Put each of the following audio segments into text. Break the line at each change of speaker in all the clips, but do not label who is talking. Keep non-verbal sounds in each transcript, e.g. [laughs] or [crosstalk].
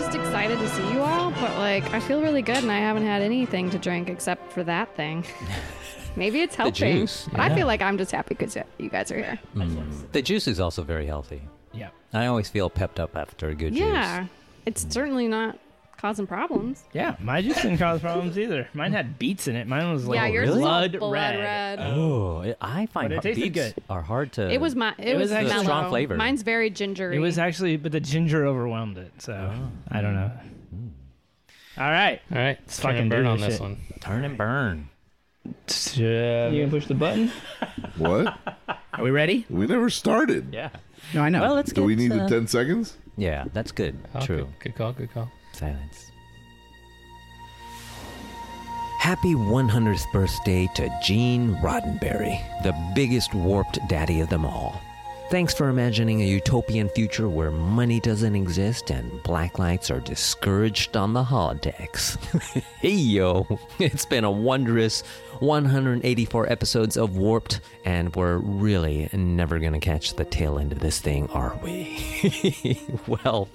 to see you all, but like I feel really good and I haven't had anything to drink except for that
[laughs]
thing. Maybe it's helping.
juice,
But I
yeah.
feel like I'm just happy because you guys are here.
The juice is also very healthy.
Yeah.
I always feel pepped up after a good
Yeah.
juice.
It's certainly not causing problems.
Yeah, my juice didn't cause problems either. Mine had beets in it. Mine was like
yeah, yours is all
blood, red.
Oh, it- I find
But it
hard-
tasted
beets
good.
are hard to.
It was my it,
It
was,
was actually-
mellow.
Strong flavor.
Mine's very gingery.
It was actually, but the ginger overwhelmed it. So I don't know. All right.
All right, let's
fucking
fucking
do
burn on
this
this
shit.
one.
turn and burn.
You gonna push the button?
What?
Are we ready?
We never started.
Yeah.
No, I know.
Well, let's
Do
get,
we need
uh,
the 10 seconds?
Yeah, that's good.
Oh,
True.
Good, good call. Good call.
Silence. Happy 100th birthday to Gene Roddenberry, the biggest warped daddy of them all. Thanks for imagining a utopian future where money doesn't exist and blacklights are discouraged on the holodecks. [laughs] hey yo, [laughs] it's been a wondrous 184 episodes of Warped, and we're really never gonna catch the tail end of this thing, are we? [laughs] well,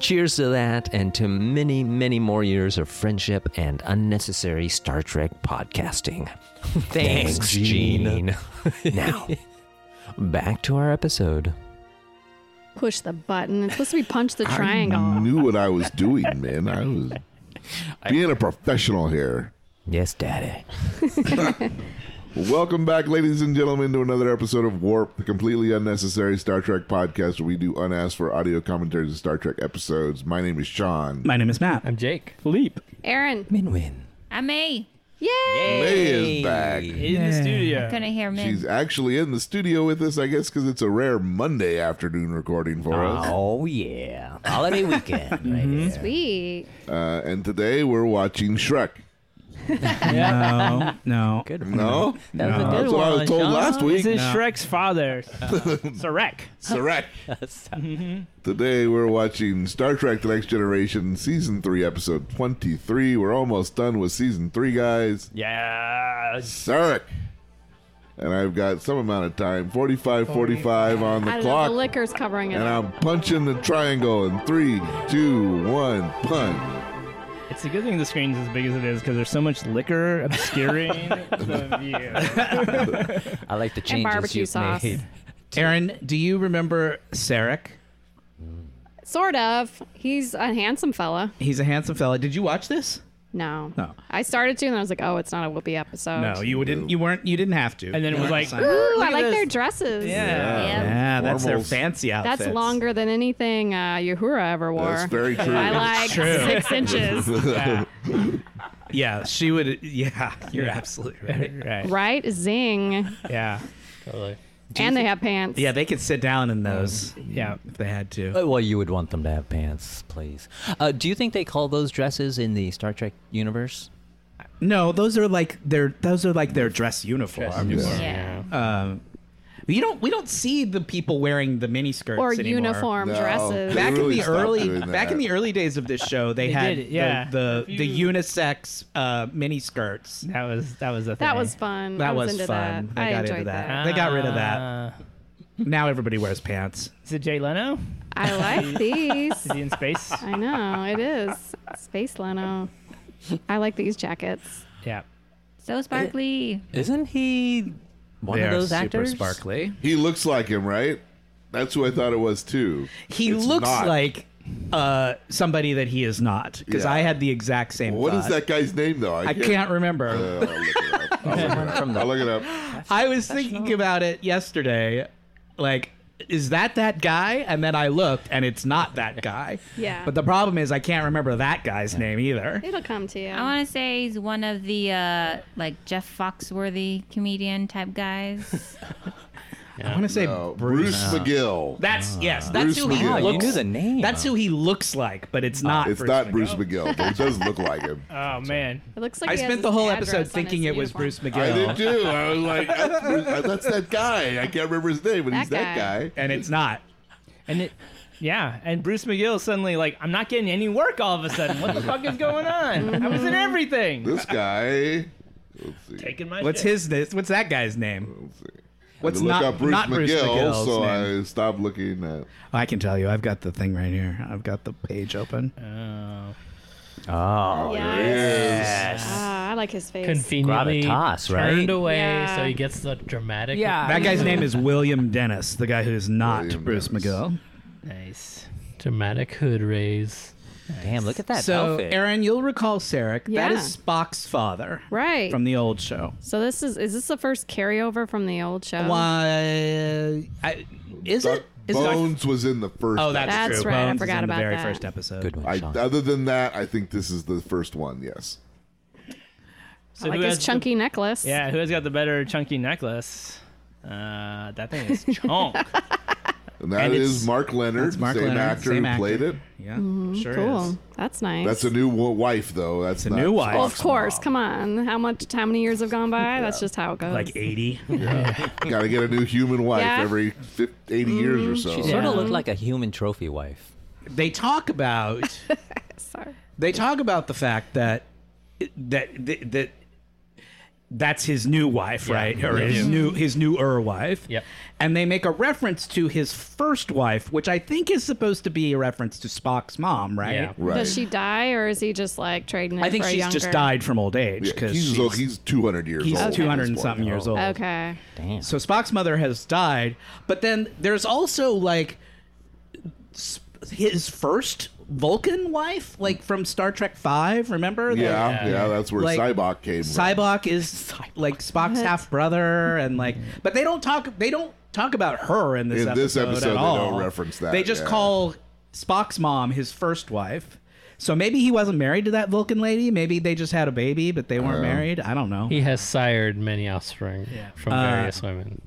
cheers to that and to many, many more years of friendship and unnecessary Star Trek podcasting. [laughs] Thanks, [laughs] Gene. now, back to our episode.
push the button. It's supposed to be punch
[laughs]
the triangle.
I knew what I was doing, man.
[laughs]
I was being a professional here.
Yes, Daddy.
Welcome back, ladies and gentlemen, to another episode of Warp, the completely unnecessary Star Trek podcast where we do unasked for audio commentaries of Star Trek episodes. My name is Sean.
My name is Matt.
I'm Jake.
Leap.
Aaron.
Min win.
I'm A.
Yay!
May is back.
In the studio.
Gonna hear me.
She's actually in the studio with us, I guess, because it's a rare Monday afternoon recording for us.
Oh, yeah. Holiday [laughs] weekend. right there.
Sweet.
Uh, and today we're watching Shrek.
No, no.
Good one. [laughs]
No?
That was a good
That's what I was
one,
told
Sean.
last week.
This is Shrek's [laughs] father. Sarek.
Sarek. Today we're watching Star Trek The Next Generation, Season 3, Episode 23. We're almost done with Season 3, guys.
Yeah.
Sarek. And I've got some amount of time 45 45 on
I don't
the
know. The
clock.
liquor's covering it.
And
up.
I'm punching the triangle in three, two, one, punch.
It's a good thing the screen's as big as it is because there's so much liquor obscuring [laughs] the view.
I like the changes
barbecue
you've
sauce.
made.
Aaron, do you remember Sarek?
Sort of. He's a handsome fella.
He's a handsome fella. Did you watch this?
No.
No.
I started to, and I was like, oh, it's not a whoopee episode.
No, you didn't. You weren't. You didn't have to.
And then it
You
was
weren't
like,
assigned.
Ooh,
Look
I
at
like their
this.
dresses.
Yeah.
yeah.
yeah, that's their
Formals.
fancy outfits.
That's longer than anything uh, Uhura ever wore.
That's very true.
I like
true.
six
[laughs]
inches.
Yeah, she would. Yeah, [laughs] you're absolutely right.
Right.
Right? Zing.
Yeah.
Totally.
And they have pants.
Yeah, they could sit down in those
Um,
Yeah.
if they had to.
Uh, Well, you would want them to have pants, please. Uh, do you think they call those dresses in the Star Trek universe?
No, those are like their those are like their dress uniform.
Yeah.
Yeah.
Um, you don't we don't see the people wearing the mini skirts
or
anymore.
uniform
No.
dresses.
They
Back
really
in the
stopped
early
doing
back in
that.
the early days of this show, they,
They
had
did, yeah.
the the,
If
the
you-
unisex uh, mini skirts.
That was that was the thing.
That was fun. I
That
was,
was,
into
fun.
That.
They
I
got
enjoyed
into that.
that.
They got rid of that.
Ah.
Uh,
Now everybody wears pants.
is it Jay Leno?
I
[laughs]
like these.
Is he in space?
[laughs] I know it is space Leno. I like these jackets.
yeah.
So sparkly.
Isn't he one
they
of
are
those
super
actors?
sparkly.
He looks like him, right? That's who I thought it was, too.
He
It's
looks
not.
like uh, somebody that he is not because
Yeah.
I had the exact same.
What is
thought.
that guy's name, though?
I can't remember.
[laughs] Uh, I'll look it up. I'll look it up. I'll look it up.
I was thinking about it yesterday. Like, is that that guy? And then I looked, and it's not that guy.
Yeah.
But the problem is, I can't remember that guy's name either.
It'll come to you.
I want to say he's one of the uh, like Jeff Foxworthy comedian type guys.
I want to say
Oh,
Bruce.
Bruce McGill.
That's yes. That's
Bruce
who he
McGill.
Oh, you
looks.
knew the name.
That's who he looks like, but it's not.
it's
Bruce
not
McGill.
Bruce McGill, but it does look like him.
[laughs]
Oh man.
it looks like
I
he has
spent the
his
whole
address on
episode thinking
his
it was
uniform.
Bruce McGill.
I did too. I was like, that's, Bruce- that's that guy. I can't remember his name, but he's
That guy.
that guy.
and it's not.
And it yeah, and Bruce McGill suddenly like, I'm not getting any work all of a sudden. What the fuck is going on? I was
Mm-hmm.
in everything.
This guy. Let's see.
Taking my
What's
shit.
his? What's that guy's name?
Let's see. I
What's
had to look
not-
up Bruce
not Bruce
McGill,
McGill's
so
name.
I stopped looking at.
I can tell you. I've got the thing right here. I've got the page open.
Oh.
Oh,
Ah, I like his face.
Conveniently
Gravitas, right?
turned away,
Yeah.
so he gets the dramatic.
That guy's name is William Dennis, the guy who is not
William
Bruce
Dennis.
McGill.
Nice.
dramatic hood raise.
Damn, look at that
So,
outfit.
Aaron, you'll recall Sarek.
Yeah.
That is Spock's father
Right.
from the old show.
so this is is this the first carryover from the old show?
Why? I, is
Duck
it? Is it?
Bones was in the first.
Oh, that's,
That's
true.
right, I
Bones is
forgot
in
about
the very
that.
first episode.
Good one,
I,
Sean.
other than that, I think this is the first one. Yes.
So
I like
who
his
has the-
chunky necklace.
yeah, who has got the better chunky necklace? Uh, that thing is
[laughs]
chunk.
And that
And
is
it's-
Mark Leonard,
That's Mark
same
Leonard,
actor
same
who
actor.
played it.
Yeah, sure
Mm-hmm. Cool.
is.
That's nice.
That's a new w- wife, though. That's
a
not
new wife.
Well, of
Spock's
course.
mom.
Come on. How much? How many years have gone by? That's just how it goes.
Like 80.
Got to get a new human wife
Yeah.
every 50, 80 years
Mm-hmm.
or so.
she sort of looked like a human trophy wife.
They
[laughs]
talk about
Sorry.
they talk about the fact that that that, that that's his new wife, right? Or his new his new er wife.
Yep.
And they make a reference to his first wife, which I think is supposed to be a reference to Spock's mom, right?
Yeah.
right.
Does she die, or is he just like trading? It
I think
for a
she's
younger?
just died from old age
Yeah,
because
he's,
she's,
oh, he's 200 years
he's
old. at this
200 and
point.
something years old.
Okay.
Damn.
So Spock's mother has died, but then there's also like sp- his first Vulcan wife, like from Star Trek Five. Remember?
Yeah, yeah,
Yeah.
that's where
Like,
Cybok came from.
Cybok is like Spock's half brother, and like, but they don't talk. They don't talk about her in this
Mm. In
episode
this episode,
at
they
all.
don't reference that,
They just
yeah.
call Spock's mom his first wife. So maybe he wasn't married to that Vulcan lady. Maybe they just had a baby, but they weren't married. I don't know.
He has sired many offspring from various women.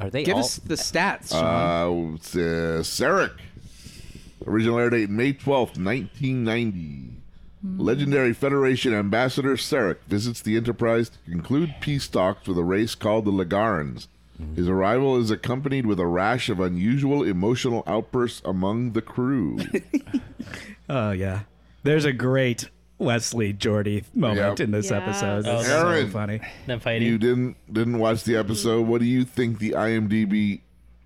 Are they
Give
all?
us the stats. Sean.
Uh, it's, uh, Sarek. Original air date May 12th, 1990.
Hmm.
Legendary Federation Ambassador Sarek visits the Enterprise to conclude peace talks with a race called the Lagarans.
Hmm.
His arrival is accompanied with a rash of unusual emotional outbursts among the
[laughs]
crew.
Oh yeah. There's a great Wesley Geordie moment
Yep.
in this
Yeah.
episode.
Oh,
It's
Aaron.
so funny.
Them fighting.
you didn't didn't watch the episode. What do you think the IMDb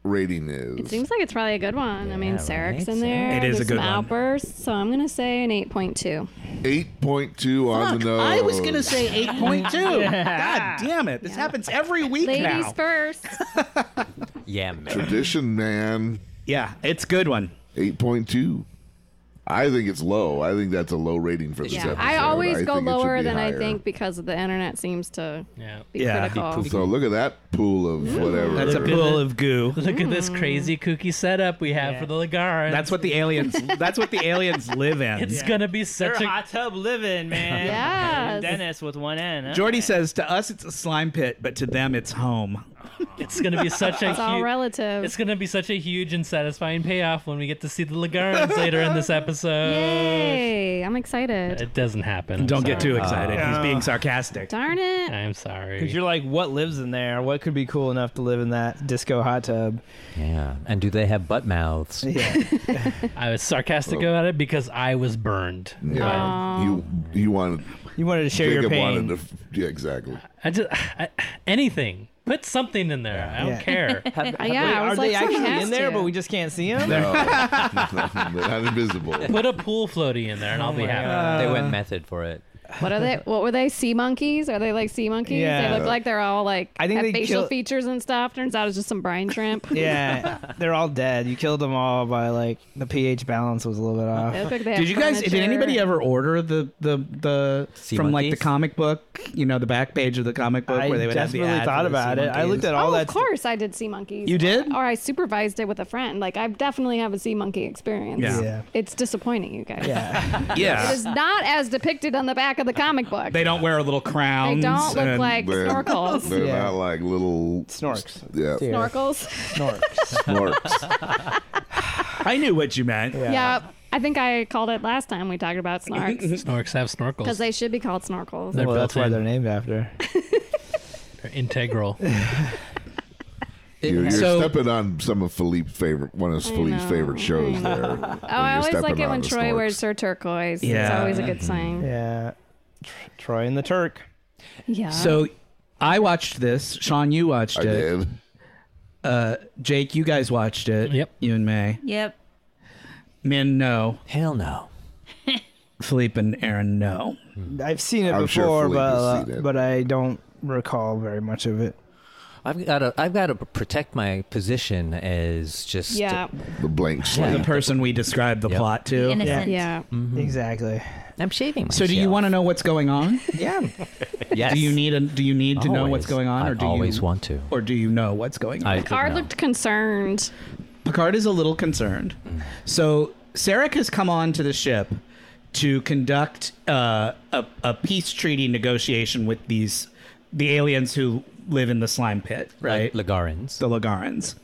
rating is?
It seems like it's probably a good one. I mean,
Yeah,
Sarek's
right?
in there.
It is
There's
a good
some
one.
outbursts, so I'm gonna say an 8.2.
8.2 on the nose.
I was gonna say eight point two. [laughs] God damn it! This happens every week
Ladies
now.
first.
yeah, man.
tradition, man.
Yeah, it's a good one.
8.2. I think it's low. I think that's a low rating for this
Yeah,
episode.
I always go
think it should
lower
be
than I
higher.
think because the internet seems to
yeah.
be
Yeah.
critical.
So look at that pool of whatever.
That's a
Look at
pool
it.
of goo.
Look at
Mm.
this crazy kooky setup we have for the Lagarin.
That's what the aliens. That's what the aliens live in.
it's gonna be
They're
such a
hot tub living, man.
[laughs]
Yes.
Dennis with one N. huh?
Jordy says to us it's a slime pit, but to them it's home.
it's gonna
[laughs]
be such a
It's all
huge
relative.
it's gonna be such a huge and satisfying payoff when we get to see
[laughs]
the Lagarins later in this episode.
Yay! I'm excited.
It doesn't happen. I'm
Don't get
sorry.
too excited. He's being sarcastic.
Darn it.
I'm sorry.
Because you're like, what lives in there? What could be cool enough to live in that disco hot tub?
Yeah. And do they have butt mouths?
I was sarcastic about it because I was burned.
Yeah. You you wanted
[laughs] You wanted to share your
Jacob
pain.
wanted to f-
[laughs]
yeah, exactly.
I just I, anything. Put something in there. I don't
Yeah.
care.
Uh, yeah, I
Are
was
they
like, someone
actually
has
in there,
to.
but we just can't see them?
No. They're [laughs] not
[laughs]
invisible.
Put a pool floaty
Oh
in there, and I'll be happy.
they went method for it.
[laughs]
What are they? What were they? Sea monkeys? Are they like sea monkeys?
Yeah.
They look like they're all like
I think
have
they
facial
kill-
features and stuff. Turns out it's just some brine shrimp.
[laughs] [laughs] yeah, they're all dead. You killed them all by like the pH balance was a little bit
They
off.
look like they
Did
have
you guys? Did
furniture.
anybody ever order the the the
Sea
from like the
monkeys?
comic book? You know, the back page of the comic book
I
where they would have the
desperately
ad
thought
for the sea
about it. I
monkeys?
looked at all
Oh,
that.
of course, I did sea monkeys.
You did?
Or I supervised it with a friend. Like I definitely have a sea monkey experience.
Yeah.
Yeah.
It's disappointing, you
[laughs]
guys.
Yeah.
[laughs]
Yeah.
It is not as depicted on the back of the comic book.
They don't wear little crowns.
They don't look
and-
like
They're-
snorkels.
They're
Yeah.
not like little
Snorks.
Yeah,
Snorkels.
[laughs] Snorks.
[laughs]
snorks.
I knew what you meant.
Yeah. I think I called it last time we talked about
[laughs]
snorks
Snorks have snorkels.
because they should be called snorkels.
They're
well, that's
built
why
in.
they're named after.
They're integral.
You're, you're
So-
stepping on some of Philippe's favorite, one of Philippe's
know,
favorite shows
I
there.
know.
Oh,
Oh, I always like it when Troy wears her turquoise. It's
Yeah.
always a good
[laughs]
sign.
Yeah. Tr- Troy and the Turk.
Yeah.
So I watched this. Sean, you watched
I
it.
did.
Jake, you guys watched it.
Yep.
You and May.
Yep.
Min, no.
Hell no.
Philippe and Aaron know.
I've seen it
I'm sure
before,
Philippe
but
has
uh,
seen it.
but I don't recall very much of it.
I've got to. I've got to protect my position as just.
Yeah.
The blank slate.
The person we described the
Yep.
plot to.
Innocent. [laughs]
Yeah.
Mm-hmm.
Mm-hmm.
Exactly.
I'm shaving. Myself.
So do you want to know what's going on?
[laughs] Yeah. yes.
Do you need a, do you need to know
Always.
what's going on
I
or do
always
you
want to.
or do you know what's going on?
I did
Card
know.
looked concerned.
Picard is a little concerned.
Mm.
So Sarek has come on to the ship to conduct uh, a, a peace treaty negotiation with these the aliens who live in the slime pit, right?
Like Lagarins.
the Lagarans.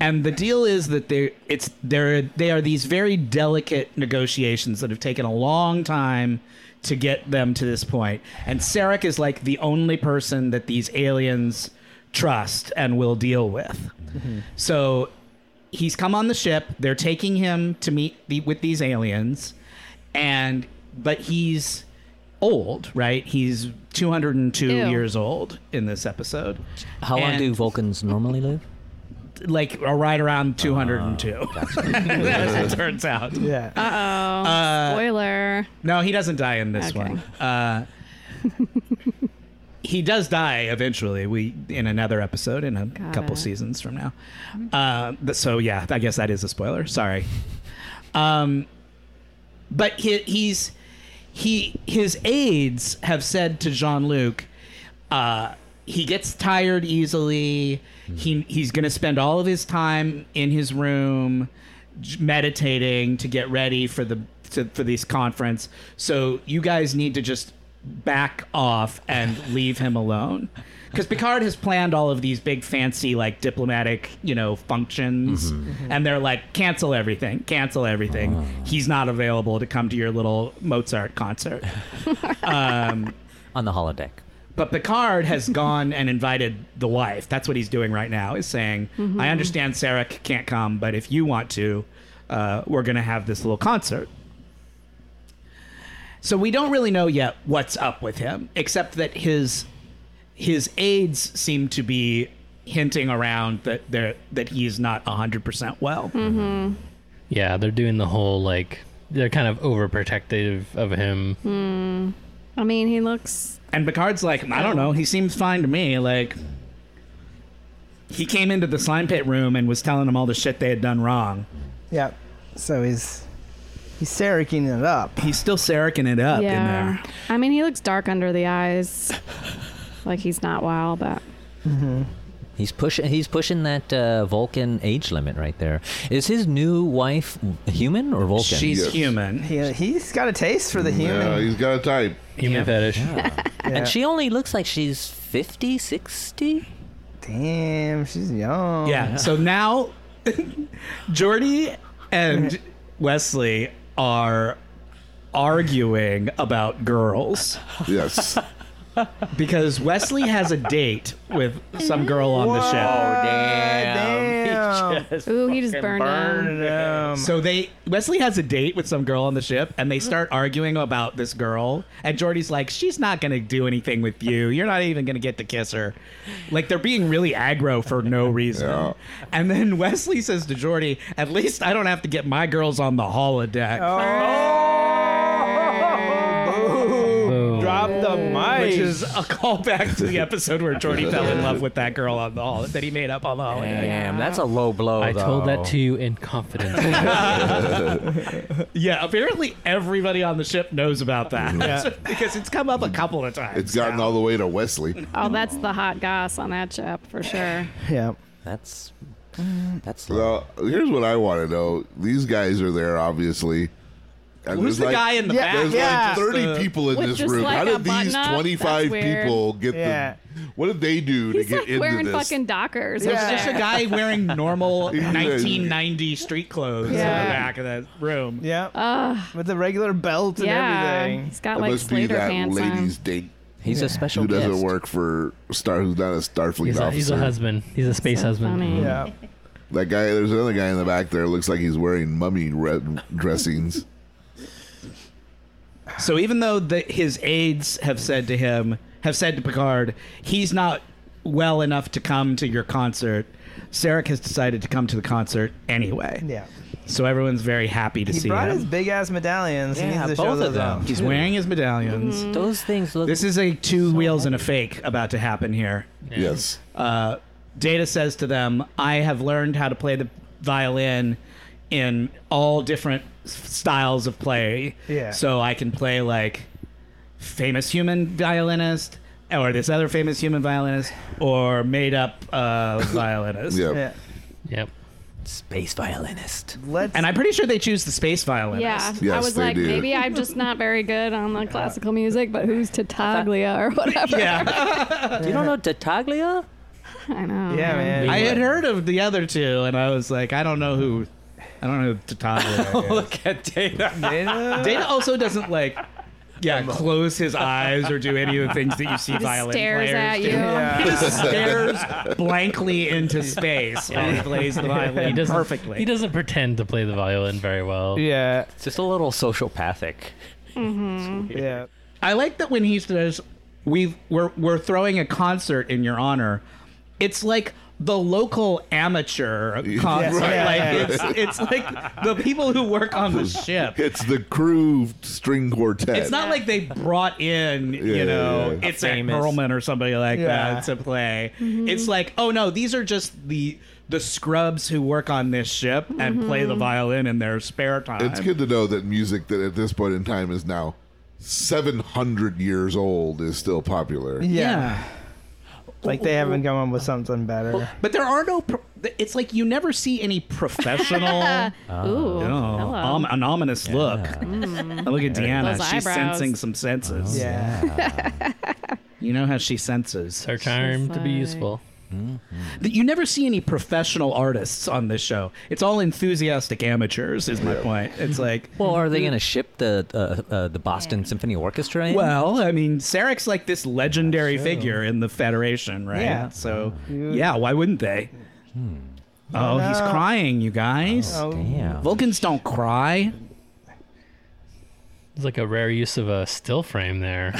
And the deal is that they it's there they are these very delicate negotiations that have taken a long time to get them to this point. And Sarek is like the only person that these aliens trust and will deal with. So he's come on the ship. They're taking him to meet the, with these aliens, and but he's old, right? He's 202
Ew.
years old in this episode.
How long
And-
do Vulcans normally live?
like are right around 202 [laughs] as it turns out
Yeah.
Uh oh. Spoiler.
no he doesn't die in this
Okay.
one uh, he does die eventually we in another episode in a couple
it.
seasons from now uh, but- so yeah i guess that is a spoiler sorry um, but he, he's he his aides have said to jean-luc uh, he gets tired easily. He he's gonna spend all of his time in his room j- meditating to get ready for the to, for this conference. So you guys need to just back off and leave him alone. Because Picard has planned all of these big fancy like diplomatic you know functions, and they're like cancel everything, cancel everything. He's not available to come to your little Mozart concert.
On the holodeck.
But Picard has gone and invited the wife. That's what he's doing right now. Is saying, "I understand Sarah c- can't come, but if you want to, uh, we're going to have this little concert." So we don't really know yet what's up with him, except that his his aides seem to be hinting around that they're, that he's not hundred percent well.
Yeah, they're doing the whole like they're kind of overprotective of him.
Hmm. I mean, he looks.
And Picard's like, I don't know. He seems fine to me. Like, he came into the slime pit room and was telling them all the shit they had done wrong.
Yep. So he's he's saracing it up.
He's still Saracing it up in
Yeah.
there.
I mean, he looks dark under the eyes. like he's not wow, but
He's pushing. He's pushing that uh, Vulcan age limit right there. Is his new wife human or Vulcan?
She's
Yes.
human.
He, he's got a taste for the human.
Yeah, he's got a type.
Human fetish.
Yeah.
and she only looks like she's 50, 60?
Damn, she's young.
Yeah. So now, [laughs] Jordy and Wesley are arguing about girls
[laughs]
Yes.
because Wesley has a date with some girl on the
Oh,
show.
Damn.
ooh, he just burned him.
Damn.
So they Wesley has a date with some girl on the ship, and they start arguing about this girl. And Jordy's like, "She's not gonna do anything with you. You're not even gonna get to kiss her." Like they're being really aggro for no
[laughs]
reason.
Yeah.
And then Wesley says to Jordy, "At least I don't have to get my girls on the holodeck."
Oh. Drop the mic.
Which is a callback to the episode where Jordy fell in love with that girl on the hall that he made up on the holodeck.
Damn, that's a low blow.
I told
though.
that to you in confidence.
Yeah, apparently everybody on the ship knows about that
Yeah.
[laughs] because it's come up a couple of times.
It's gotten all the way to Wesley.
Oh, that's the hot goss on that ship for sure.
yeah.
That's that's low.
Well, here's what I want to know. These guys are there, obviously. And there's
Who's the
like-
guy in the
Yeah,
back?
There's
yeah.
like 30
Uh,
people in
With
this
just
room.
like
How
a
did these
button up? That's
25
weird.
people get
Yeah.
the? What did they do
He's
to get
like
into
wearing
this?
fucking Dockers.
There's
over
Just
just
there.
a guy wearing normal
Yeah.
1990 street clothes in
Yeah.
the back of the room.
Yeah. With the regular belt and
Yeah,
everything.
he's got
it
like
must be
Slater
that
pants
ladies' date
He's a special
who doesn't
guest.
work for Star, who's not a Starfleet
he's, a,
officer.
he's a husband. He's a space
on.
husband. Mm-hmm.
Funny.
Yeah.
That guy, there's another guy in the back there. Looks like he's wearing mummy red dressings.
So even though the, his aides have said to him, have said to Picard, he's not well enough to come to your concert. Sarek has decided to come to the concert anyway.
Yeah.
So everyone's very happy to
He
see
brought
him.
his big ass medallions. he
Yeah,
needs to show
both of
those off.
them. Mm-hmm.
He's wearing his medallions.
Those things look.
This is a two wheels and a fake about to happen here.
Yes.
Uh, Data says to them, I have learned how to play the violin in all different s- styles of play.
Yeah.
So I can play like famous human violinist or this other famous human violinist or made up uh, violinist.
Yeah.
Yeah.
Yep.
Space violinist.
Let's.
And I'm pretty sure they choose the space violinist.
Yeah, I
Yes,
was
they
like,
do.
maybe I'm just not very good on
[laughs]
the classical music, but who's Tattaglia or whatever?
Yeah.
you don't know Tataglia?
I know.
yeah, man.
[laughs] I had heard of the other two and I was like, I don't know who. I don't know who Tataglia
[laughs]
is.
Look at Data.
Data?
[laughs] Data also doesn't like,
[laughs]
yeah, close his eyes or do any of the things that you see violin
Stares
players
at
do.
you.
Yeah.
[laughs]
[laughs]
Stares blankly into space while he plays the violin
He doesn't
perfectly.
He doesn't pretend to play the violin very well.
yeah.
It's just a little sociopathic.
Yeah.
I like that when he says we we're we're throwing a concert in your honor. It's like the local
[laughs]
amateur concert.
Right.
Like it's it's like the people who work on the ship.
It's the crew string quartet.
It's not like they brought in,
yeah,
you know,
yeah.
it's a
Famous.
Perlman or somebody like
Yeah.
that to play. It's like, oh no, these are just the the scrubs who work on this ship and play the violin in their spare time.
It's good to know that music that at this point in time is now 700 years old is still popular. [laughs]
Yeah.
Like they haven't come up with something better.
But there are no. Pro- it's like you never see any professional.
Ooh.
Oh,
hello.
om- an ominous look. I look at Deanna.
Those
She's
eyebrows.
sensing some senses.
Oh.
Yeah.
You know how she senses.
It's our time to be
like-
useful.
That You never see any professional artists on this show. It's all enthusiastic amateurs, is my point. It's like,
Well, are
Mm-hmm.
they going to ship the uh, uh, the Boston Symphony Orchestra in?
well, I mean, Sarek's like this legendary figure in the Federation, right?
Yeah.
So, yeah, why wouldn't they?
Hmm.
Oh, he's
No.
crying, you guys.
Oh,
Damn.
Vulcans don't cry.
It's like a rare use of a still frame there.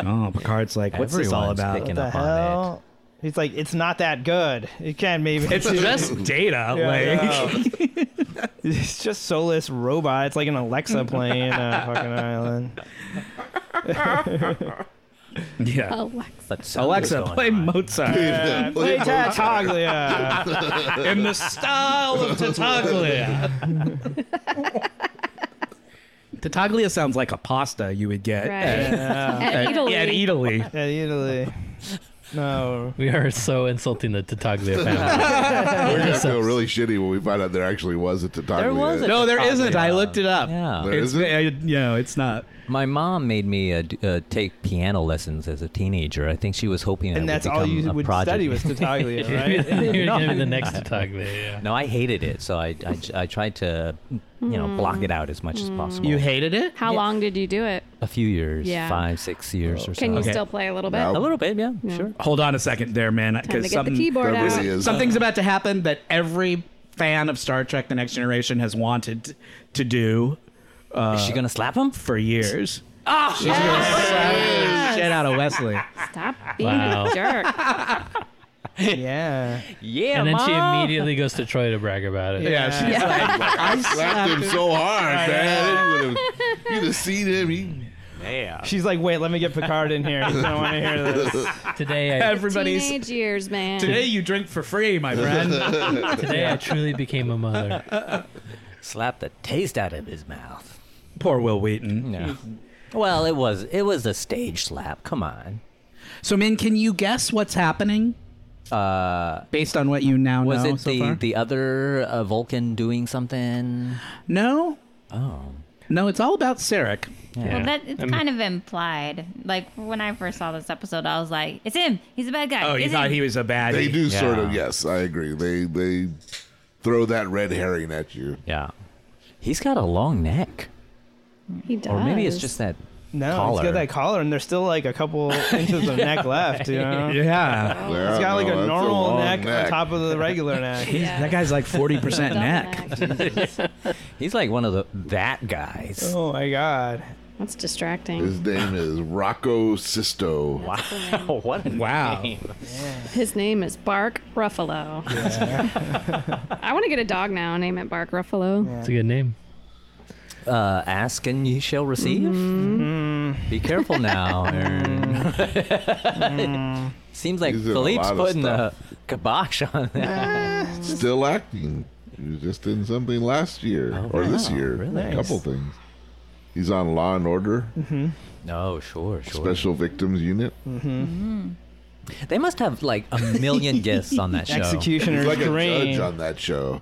Oh, Picard's like, what's this all
Everyone's
about?
picking
What
up
the
on it.
hell? He's like, it's not that good. It can't be.
It's just data.
Yeah, I
like,
know. [laughs] it's just soulless robot. It's like an Alexa playing [laughs] a fucking island.
[laughs] yeah.
Alexa.
But something's
Alexa,
going
play
on.
Mozart
Yeah, play Tartaglia.
in the style
[laughs]
of Tataglia. Tataglia sounds like a pasta you would get
Right.
[laughs]
Yeah.
Uh,
At Italy.
at Italy.
Yeah, Italy. No.
we are so insulting the Tataglia family.
We're going to feel really shitty when we find out there actually was a Tataglia.
There was a
No, there
Tataglia.
isn't. I looked it up.
Yeah.
There
It's,
isn't?
I, you know, Uh, it's not.
My mom made me uh, d- uh, take piano lessons as a teenager. I think she was hoping I
And
would
that's all
become
you
a
would
project.
study was [laughs] Tartaglia, right?
You're gonna be the next Tataglia. Yeah.
No, I hated it, so I, I, I tried to, you know, block
Hmm.
it out as much as possible.
You hated it?
How long did you do it?
a few years,
Yeah.
five, six years or so.
Can you
Okay.
still play a little bit?
No.
A little bit, yeah, sure.
Hold on a second there, man.
Time to
Because
get the
something,
keyboard
There
out.
really is.
something's about to happen that every fan of Star Trek The Next Generation has wanted to do
Is she gonna slap him?
for years.
Oh, Yes.
Shit out of Wesley.
Stop being
Wow.
a jerk.
yeah.
Yeah,
And then she
Mom!
immediately goes to Troy to brag about it.
Yeah, she's
I slapped him so hard, man. It would've- You'd have seen him. He,
She's like, wait, let me get Picard in here. He's gonna want to hear this.
Today, I,
everybody's.
Teenage years, man.
Today you drink for free, my [laughs] friend.
today I truly became a mother.
slap the taste out of his mouth.
Poor Will Wheaton.
No. well, it was it was a stage slap. Come on.
So, Min, can you guess what's happening? Uh, based on what you now
Was
know
it
so
the
far?
the other uh, Vulcan doing something?
no,
Oh,
no, it's all about Sarek.
Yeah.
Well, that it's kind of implied. Like when I first saw this episode, I was like, "It's him. He's a bad
Oh,
guy." it's him.
was a bad.
they do sort of.
Yeah.
Yes, I agree. They they throw that red herring at you.
yeah. He's got a long neck,
He does.
or maybe it's just that.
No,
Collar.
he's got that collar, and there's still like a couple inches of neck left. You know,
[laughs] Yeah,
he's got like
no, Oh, that's
a normal
long
neck, on top of the regular
[laughs]
neck.
Yeah.
that guy's like forty percent
Double
neck.
neck.
Oh.
He's like one of the that guys.
Oh my god.
That's distracting.
His name is Rocco Sisto.
Wow,
[laughs] what a
Wow.
His name is Bark Ruffalo. [laughs] I want to get a dog now. Name it Bark Ruffalo.
It's a good name.
Mm-hmm.
Uh, ask and ye shall receive. Be careful
[laughs]
now,
Mm-hmm.
Aaron. [laughs] Seems like
He's in a
Philippe's
lot of
putting the kibosh on that.
Still acting. He was just in something last year
Oh,
or this
wow,
year.
really?
A couple
Nice.
things. He's on Law and Order,
mm-hmm. No, sure, sure.
Special Victims Unit.
Mm-hmm.
They must have like a million guests on
[laughs]
that show.
He's like a judge on that show.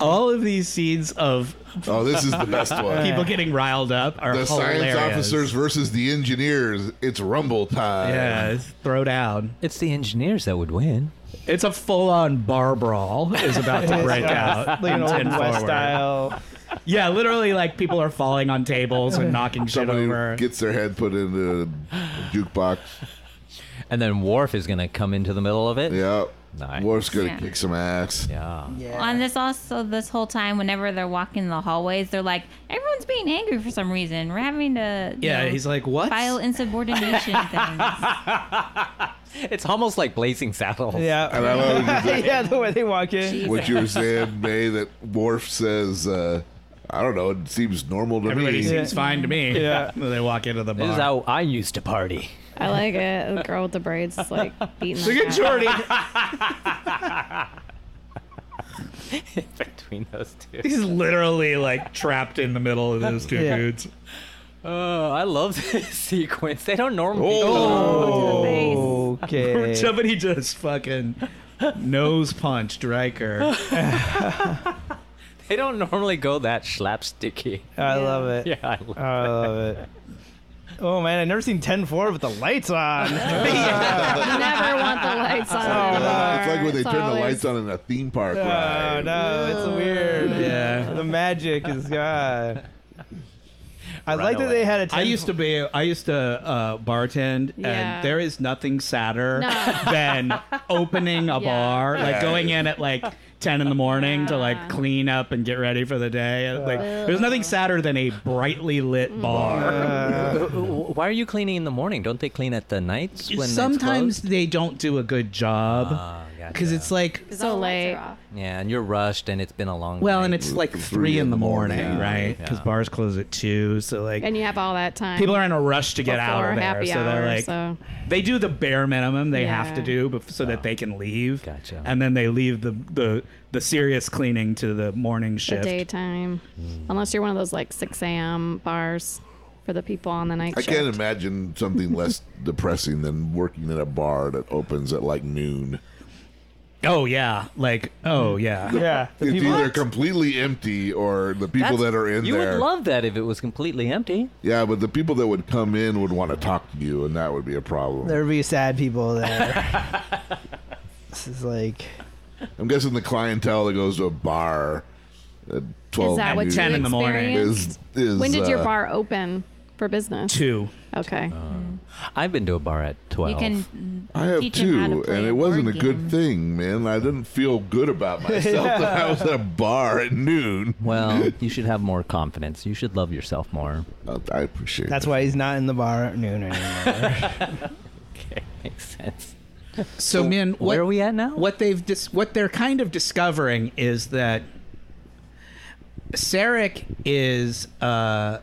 All of these seeds of
Oh, this is the
[laughs]
best one.
people getting riled up are
the
hilarious.
science officers versus the engineers. It's rumble time.
Yeah, it's throw down.
It's the engineers that would win.
It's a full-on bar brawl is about
[laughs]
to
Yes,
break
yes.
out.
Like an
and
old
tend
West
forward.
style.
Yeah, literally, like people are falling on tables and knocking shit
Somebody
over.
gets their head put in the jukebox.
And then Worf is going to come into the middle of it.
Yeah.
Nice.
Worf's gonna
Yeah.
kick some ass.
Yeah.
On this also, this whole time, whenever they're walking the hallways, they're like, everyone's being angry for some reason. We're having to. you
Yeah,
know,
he's like, "What?"
File insubordination things.
It's almost like Blazing Saddles.
Yeah.
And I love
[laughs]
[laughs]
that-
yeah, the way they walk in.
What you were saying, May, that Worf says, uh, I don't know, it seems normal to me.
Everybody seems fine to me.
Yeah.
[laughs] they walk into the bar.
This is how I used to party.
I like it. The girl with the braids is like beating. the
[laughs] Look at
cat.
Jordy.
Between those two.
He's literally like trapped in the middle of those two
Yeah.
dudes.
[laughs] Oh, I love this [laughs] sequence. They don't normally.
Oh,
Where
okay.
Somebody just fucking nose punched Riker. [laughs]
They don't normally go that slapsticky.
I love it.
Yeah, I love
I love it. Oh man, I've never seen 10-4 with the lights on. [laughs]
You never want the lights on.
Uh, it's like when they
It's
turn the
always-
lights on in a theme park
Oh
ride.
no, it's weird.
Yeah.
The magic is gone. I
Run
like that
away.
they had a 10
I used
[laughs]
to be. I used to uh, bartend,
Yeah.
and there is nothing sadder
No.
[laughs] than opening a
Yeah.
bar, like going in at like ten in the morning to like clean up and get ready for the day. Like, there's nothing sadder than a brightly
Mm.
lit bar.
Uh, Why are you cleaning in the morning? Don't they clean at the nights when
Sometimes
nights
they don't do a good job
close? Ah,
because
gotcha.
it's like
So late.
yeah, and you're rushed and it's been a long.
well, and
night.
it's like three in the morning,
morning,
right? Because
yeah.
bars close at two, so like
And you have all that time.
people are in a rush to get
before
out of there,
happy
so
hour,
they're like.
so
They do the bare minimum they have to
Yeah.
do bef- so that they can leave.
Gotcha.
And then they leave the, the, the serious cleaning to the morning
the
shift.
daytime, unless you're one of those like 6 a.m. bars for the people on the night
I
shift.
can't imagine something less depressing than working in a bar that opens at like noon.
Oh, yeah. Like,
Mm.
oh, yeah.
yeah. The
It's
people,
either completely empty or the people
That's-
that are in
You
there.
would love that if it was completely empty.
yeah, but the people that would come in would want to talk to you, and that would be a problem.
There'd be sad people there. this is like
I'm guessing the clientele that goes to a bar at 12
Is that what
noon
you
10 in the morning.
experienced?
is, is
When did your
uh,
bar open for business?
Two.
Okay.
I've been to a bar at twelve.
You [laughs] can.
I have
teach 'em how to
two,
play
and
a
it wasn't a
board
good
game.
thing, man. I didn't feel good
[laughs]
about myself that I was at a bar at noon.
Well, you should have more confidence. You should love yourself more.
Uh, I appreciate
that's
it.
why he's not in the bar at noon
[laughs]
anymore.
Okay, makes sense.
So, man, what,
Where are we at now?
what they've dis- what they're kind of discovering is that Sarek is uh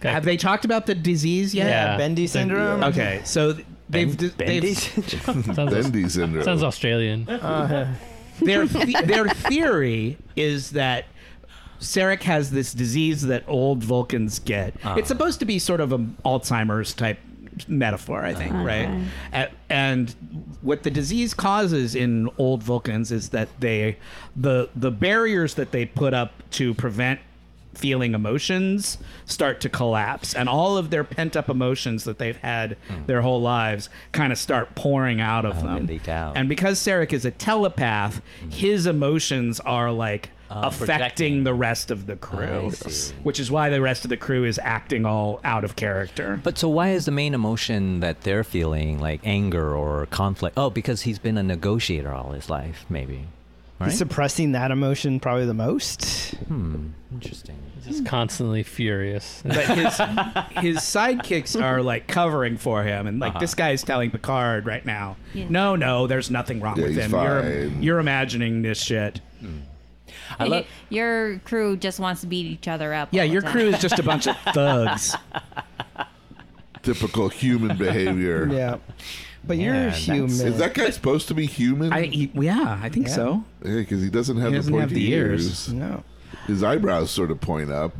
guy-
have they talked about the disease yet?
Yeah.
Bendy syndrome.
Okay. So th- they've
Ben-
di- they've
Sounds,
Bendy syndrome.
sounds
[laughs]
Australian.
their the- their theory is that Sarek has this disease that old Vulcans get.
Ah.
It's supposed to be sort of an Alzheimer's type metaphor, I think, right? A- And what the disease causes in old Vulcans is that they the the barriers that they put up to prevent feeling emotions start to collapse and all of their pent up emotions that they've had
Hmm.
their whole lives kind of start pouring out of them.
and Oh, leak out.
And because Sarek is a telepath, his emotions are like affecting
projecting.
the rest of the crew,
I see.
which is why the rest of the crew is acting all out of character.
But so why is the main emotion that they're feeling like anger or conflict? Oh, because he's been a negotiator all his life, maybe. right.
He's suppressing that emotion probably the most.
Hmm. Interesting.
Just constantly furious.
But his his sidekicks are like covering for him, and like
Uh-huh.
this guy's telling Picard right now,
Yeah.
no, no, there's nothing wrong
Yeah,
with
he's
him. You're
fine."
you're imagining this shit.
I love.
your crew just wants to beat each other up.
Yeah,
all the
your
time.
crew is just a bunch of thugs.
[laughs]
Typical human behavior.
Yeah. But you're
Yeah,
a
that's-
human.
Is that guy supposed to be human?
I he, yeah, I think
Yeah.
so.
because he doesn't have
He
the
doesn't have
pointy
the ears.
no.
His eyebrows sort of point up.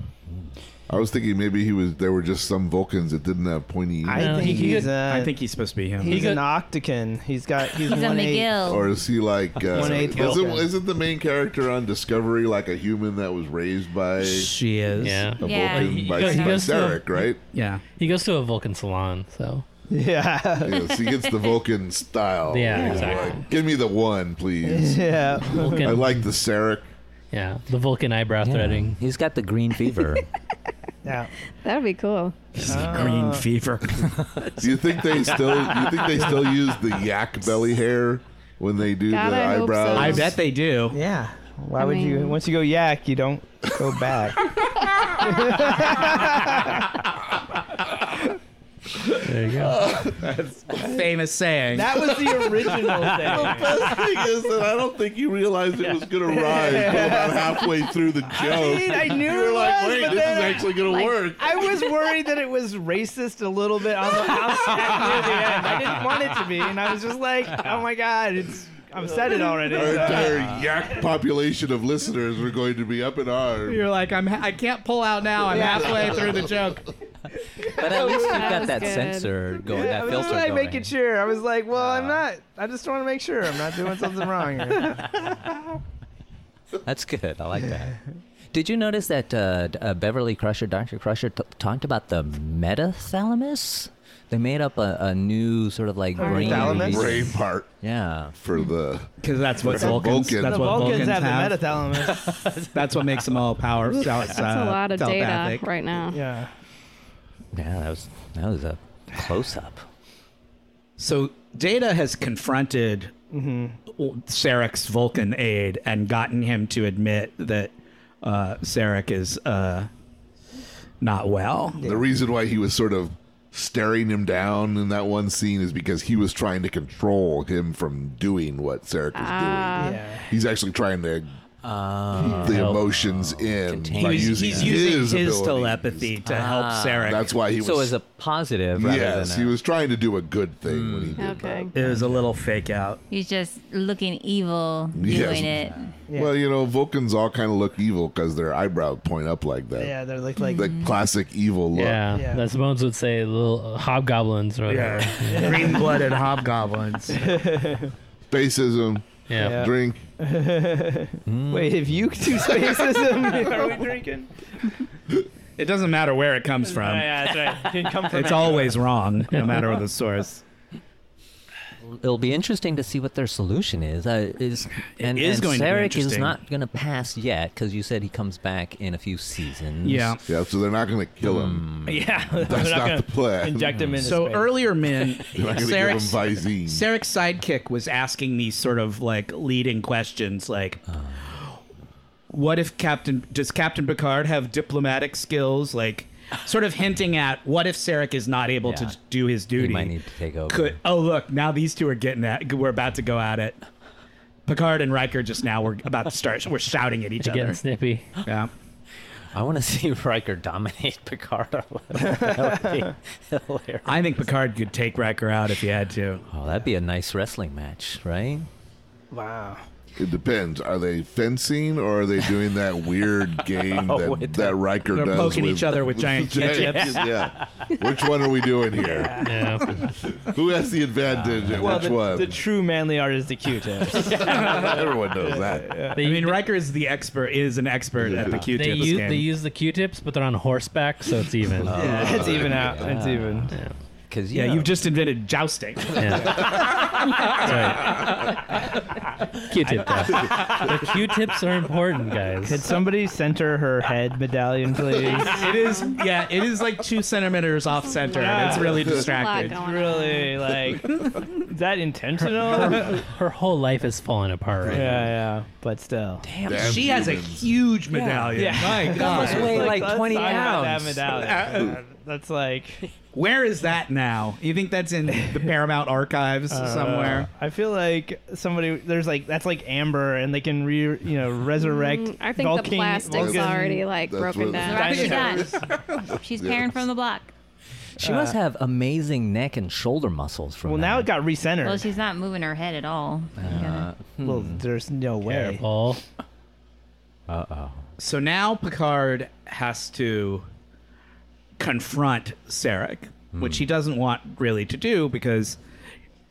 I was thinking maybe he was. There were just some Vulcans that didn't have pointy ears.
I
No,
think
he
he's
could-
a,
I think he's supposed to be him.
uh, he's
he
an octagon. He's got he's,
He's a
one eight.
McGill.
or is he like? Uh,
One eighth
isn't,
Vulcan.
isn't the main character on Discovery like a human that was raised by a
she is.
yeah.
Yeah.
Vulcan by,
He
by
goes to-
Sarek, right?
Yeah.
He goes to a Vulcan salon, so
[laughs] Yeah.
Yes, he gets the Vulcan style.
Yeah,
He's
exactly.
like, Give me the one, please.
yeah.
Vulcan.
I like the Sarek.
yeah, the Vulcan eyebrow
yeah.
threading.
He's got the green fever.
Yeah.
That would be cool.
Green fever.
Do you think they still? Do you think they still use the yak belly hair when they do
God,
the
I hope
eyebrows?
so.
[laughs]
I bet they do.
Yeah. Why
I
would you?
mean-
Once you go yak, you don't go back.
There you go.
Famous saying.
that was the [laughs] original thing.
Best thing is that I don't think you realized it was gonna rise until about halfway through the joke.
I knew
you were
it
like,
was,
wait,
but
this is
then I-
actually gonna work.
I was worried that it was racist a little bit on the house at the end. I [laughs] didn't want it to be, and I was just like, oh my god, it's I've said it
[laughs]
already.
Our
so-
entire yak population of listeners were going to be up in arms.
You're like, I'm. Ha- I can't pull out now. I'm halfway through the joke.
but at least you've
That
got
was
that
good.
sensor going,
Yeah, I
that
was just
filter
like
going.
making sure. I was like, well, I'm not. I just want to make sure I'm not doing something wrong here.
That's good. I like that. Did you notice that uh, d- uh, Beverly Crusher, Dr. Crusher, t- talked about the metathalamus? They made up a, a new sort of like brain.
Thalamus?
Brain part
Yeah.
for the
Because that's what
The
Vulcans.
Vulcan.
That's
the
what
Vulcans,
Vulcans
have,
have.
the metathalamus.
[laughs] That's what makes them all power. uh, That's
That's a lot of data right now.
yeah.
Yeah, that was that was a close up.
So Data has confronted Sarek's Vulcan aide and gotten him to admit that uh, Sarek is uh, not well.
the reason why he was sort of staring him down in that one scene is because he was trying to control him from doing what Sarek was doing.
Yeah.
He's actually trying to
Ah.
keep the emotions in
Contain-
by
He was-
using
He's
his,
using his,
abilities.
telepathy to help
Ah.
Sarek.
That's why he was
so as a positive rather
Yes,
than
he
a-
was trying to do a good thing when he did
Okay.
it was a little fake out.
He's just looking evil
Yes.
doing it.
that. Well, you know, Vulcans all kind of look evil because their eyebrows point up like that.
Yeah, they look like
The classic evil look.
Yeah,
Yeah.
that's Bones would say little hobgoblins or whatever.
Green blooded hobgoblins.
Spacism,
Yeah.
Yeah.
drink.
Wait, if you do spacism, are we drinking?
It doesn't matter where it comes
Oh,
from.
yeah, that's right. Didn't come from
It's always wrong, no matter the source.
it'll be interesting to see what their solution is. Uh, is and,
is
and
going to be
Sarek is
interesting.
not going to pass yet because you said he comes back in a few seasons.
Yeah.
Yeah, so they're not going to kill him.
Mm.
Yeah, that's
That's not, the plan.
inject him in.
So earlier, men,
[laughs] They're not going to give him
Sarek's,
Visine.
Sarek's sidekick was asking these sort of like leading questions, like, "What if Captain? Does Captain Picard have diplomatic skills?" Like, sort of hinting at, "What if Sarek is not able
Yeah.
to do his
he
duty?"
might need to take over.
Could oh look now these two are getting at we're about to go at it. Picard and Riker just now we're about to start we're shouting at each
They're
other.
Getting snippy.
Yeah.
I want to see [laughs] Riker dominate Picard. [laughs] that would
[laughs]
be hilarious.
I think Picard could take Riker out if he had to.
Oh, that'd be a nice wrestling match, right?
wow.
It depends. Are they fencing or are they doing that
[laughs]
weird game that, that Riker
Oh, They're
does?
poking
with-
each
[laughs]
other with giant
giant-
[laughs]
Yeah. Which one are we doing here?
Yeah.
Who has the advantage at
Well,
which
the,
one?
the true manly art is the Q-tips.
[laughs] Everyone knows that.
I mean Riker is the expert is an expert at the Q
They
tips
use,
game.
Oh.
they use the Q-tips, but they're on horseback, so it's even.
yeah, it's even out. It's even.
because you
Yeah,
know,
you've just invented jousting.
Q-tip though. the Q-tips are important, guys.
Could somebody center her head medallion, please?
[laughs] it is, yeah, it is like two centimeters off center, and it's really distracting.
going on.
[laughs] really, like, is that intentional? yeah,
Her whole life is falling apart
[laughs]
right now.
yeah, but still.
[laughs] Damn
She has a
humans.
huge medallion.
Yeah. [laughs]
My
must
God.
weigh
Like,
like,
let's
20
talk about that
pounds.
medallion. Uh, [laughs] That's like uh,
Where is that now? You think that's in the Paramount [laughs] archives somewhere?
I feel like somebody there's like that's like amber, and they can re you know resurrect.
Mm, I think
Vulcan,
the plastic's
Vulcan-
already like
That's
broken
what-
The
down.
rock
Dinosaurs.
is done. She's parent from the block.
she
uh,
must have amazing neck and shoulder muscles from
Well, now it
that.
got recentered.
Well, she's not moving her head at all.
well, there's no way.
Careful.
So now Picard has to confront Sarek, which he doesn't want really to do because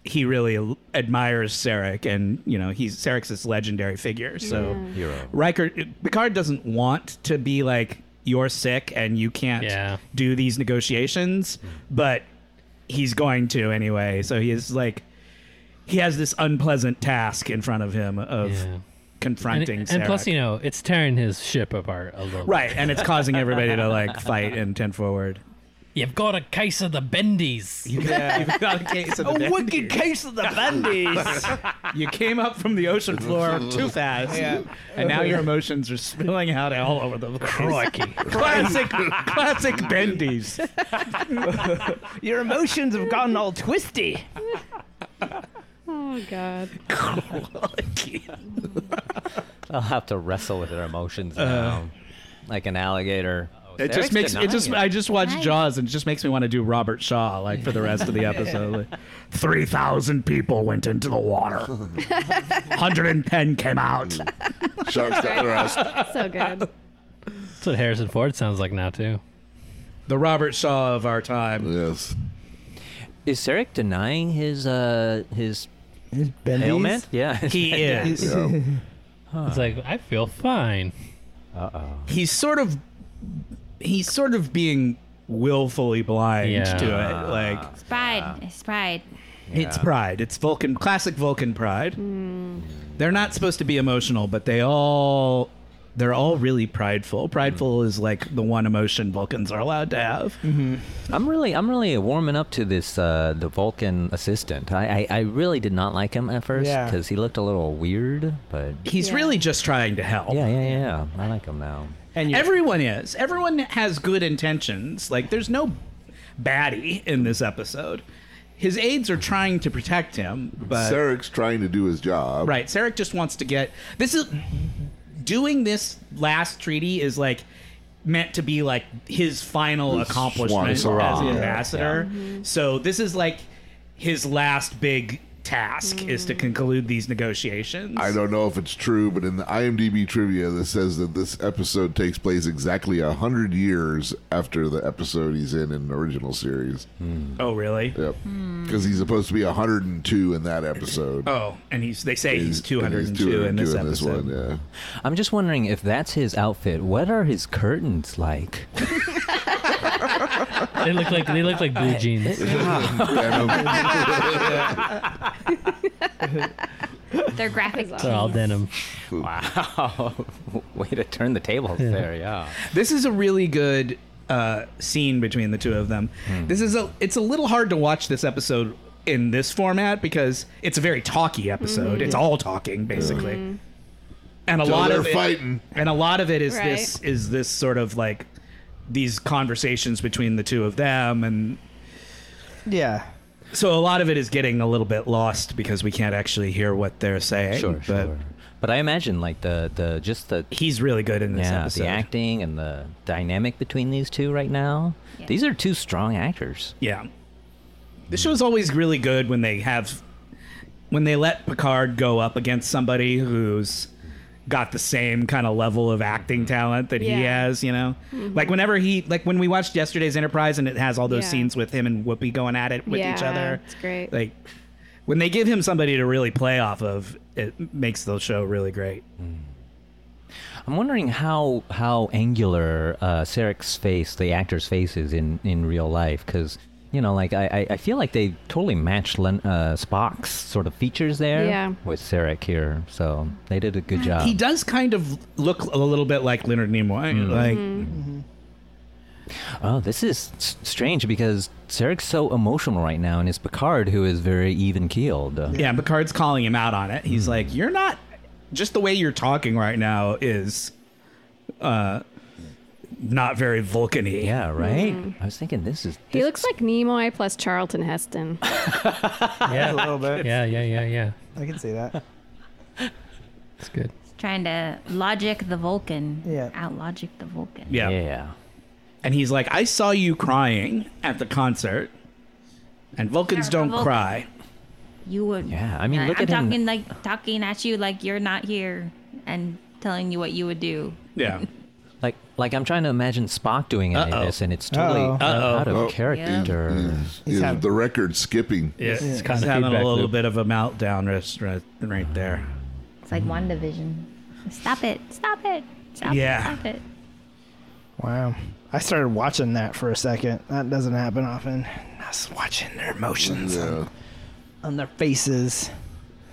he really l- admires Sarek, and you know he's Sarek's this legendary figure. So
Hero.
Riker, Picard doesn't want to be like you're sick and you can't
Yeah.
do these negotiations, but he's going to anyway. So he is like he has this unpleasant task in front of him of
Yeah. And,
confronting.
and plus,
Sarek.
you know, it's tearing his ship apart a little.
Right, and it's causing everybody to like fight and tend forward.
You've got a case of the bendies.
You've got a case of the
A
bend.
wicked case of the Bendis.
You came up from the ocean floor too fast, and now your emotions are spilling out all over the place. Crikey. classic, classic bendies.
Your emotions have gotten all twisty.
Oh god.
[laughs]
[laughs]
I'll have to wrestle with her emotions now, like an alligator.
Uh, It just makes it just. I just watched
Nice.
Jaws, and it just makes me want to do Robert Shaw like for the rest of the episode. Three thousand people went into the water. Hundred and ten came out.
Sharks got their
[laughs]
ass.
So good.
That's what Harrison Ford sounds like now too.
The Robert Shaw of our time.
Yes.
Is Sarek denying his uh his
Bendy's?
ailment? Yeah. [laughs]
He is.
[laughs]
Yeah.
It's like I feel fine.
he's sort of he's sort of being willfully blind
Yeah.
to it like
It's pride. It's pride.
it's pride it's vulcan classic vulcan pride they're not supposed to be emotional but they all they're all really prideful prideful is like the one emotion vulcans are allowed to have
I'm really, I'm really warming up to this uh, the Vulcan assistant. I, I, I really did not like him at first
Yeah.
because he looked a little weird, but
he's
Yeah.
really just trying to help
yeah, yeah, yeah, I like him now.
And you
everyone is everyone has good intentions like there's no baddie in this episode his aides are trying to protect him but
Sarek's trying to do his job.
Right. Sarek just wants to get this is doing this last treaty is like meant to be like his final
His
accomplishment as
swan
the
song. Yeah.
ambassador. So this is like his last big task is to conclude these negotiations.
I don't know if it's true, but in the IMDb trivia, that says that this episode takes place exactly a hundred years after the episode he's in in the original series.
Oh really?
Yep, because he's supposed to be hundred and two in that episode.
Hmm. Oh, and he's they say he's,
and
202, in this
202
episode.
one,
I'm just wondering if that's his outfit. What are his curtains like?
They look like they look like blue jeans.
[laughs]
yeah.
They're graphic.
They're all denim.
Wow, [laughs] way to turn the tables there. Yeah.
This is a really good uh, scene between the two of them.
Hmm.
This is a it's a little hard to watch this episode in this format because it's a very talky episode. It's all talking basically. And
Till
a lot
they're
of it,
fighting.
and a lot of it is
Right.
this is this sort of like these conversations between the two of them and
yeah. [laughs]
so a lot of it is getting a little bit lost because we can't actually hear what they're saying.
Sure,
but
sure. But I imagine like the the just the
He's really good in this
yeah
episode.
the acting and the dynamic between these two right now.
Yeah.
These are two strong actors.
Yeah. The show's always really good when they have when they let Picard go up against somebody who's got the same kind of level of acting talent that he
Yeah. Mm-hmm.
has, you know? Like whenever he like when we watched yesterday's Enterprise and it has all those
Yeah.
scenes with him and Whoopi going at it with each
Yeah,
other.
it's great.
Like when they give him somebody to really play off of, it makes the show really great.
I'm wondering how how angular uh, Sarek's face, the actor's face, is in in real life because you know, like I, I I feel like they totally matched Len, uh, Spock's sort of features there
Yeah.
with Sarek here, so they did a good job.
he does kind of look a little bit like Leonard Nimoy.
Mm.
Like
Mm-hmm.
Oh, this is s- strange because Sarek's so emotional right now, and it's Picard who is very even keeled.
yeah, Picard's calling him out on it. He's like, "You're not just the way you're talking right now is uh not very Vulcan-y.
Yeah, right. I was thinking this is
Mm-hmm. He looks like Nimoy plus Charlton Heston.
Yeah.
a little bit.
Yeah, yeah, yeah, yeah.
I can see that.
It's good.
Trying to logic the Vulcan.
Yeah.
Out logic the Vulcan.
Yeah.
yeah.
And he's like, "I saw you crying at the concert." And Vulcans
Not
don't
Vulcan.
cry.
You would.
Yeah, I mean,
I-
look
I'm
at him.
talking like talking at you like you're not here and telling you what you would do.
Yeah.
Like, like I'm trying to imagine Spock doing any
Uh-oh.
of this, and it's totally
Uh-oh.
out
Uh-oh.
of character.
Is
having-
the record skipping?
Yeah,
It's
he's
kind
of
having a
feedback
little
loop.
bit of a meltdown right, right, right there.
It's like one division. Stop it! Stop it! Stop
Yeah.
it! Stop it!
Wow. I started watching that for a second. That doesn't happen often. I was watching their emotions
Yeah.
on their faces.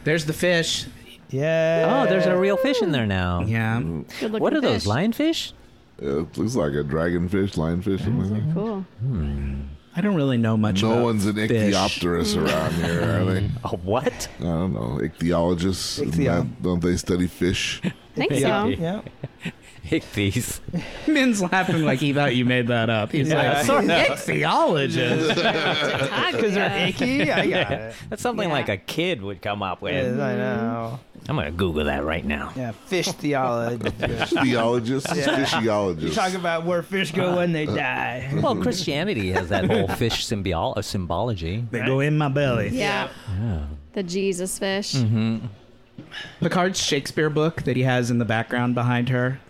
There's the fish.
Yeah.
Oh, there's a real fish in there now.
Yeah.
Good looking
What are those
fish.
lionfish?
Yeah, it looks like a dragonfish, lionfish, something like that.
Cool.
I don't really know much.
No
about
one's an
fish. [laughs] Hmm.
ichthyopterist around here, are they?
A [laughs] what?
I don't know. Ichthyologists, isn't
Ichthyol-
that- don't they study
[laughs]
fish?
I think
yeah.
so.
[laughs]
Yeah.
Ichthy's.
Min's laughing like he thought you made that up. He's like, "Sort of ichthyologist."
Because they're
Icky. I
[laughs]
got it.
That's something
Yeah.
like a kid would come up
Yes,
with.
I know.
I'm gonna Google that right now.
Yeah. Fish theology.
Theologists,
[laughs] You
fishyologists.
talk about where fish go when
Uh,
they die.
Well, Christianity has that [laughs] whole fish symbol- uh, symbology.
they go in my belly.
Yeah. The Jesus fish.
Picard's Shakespeare book that he has in the background behind her.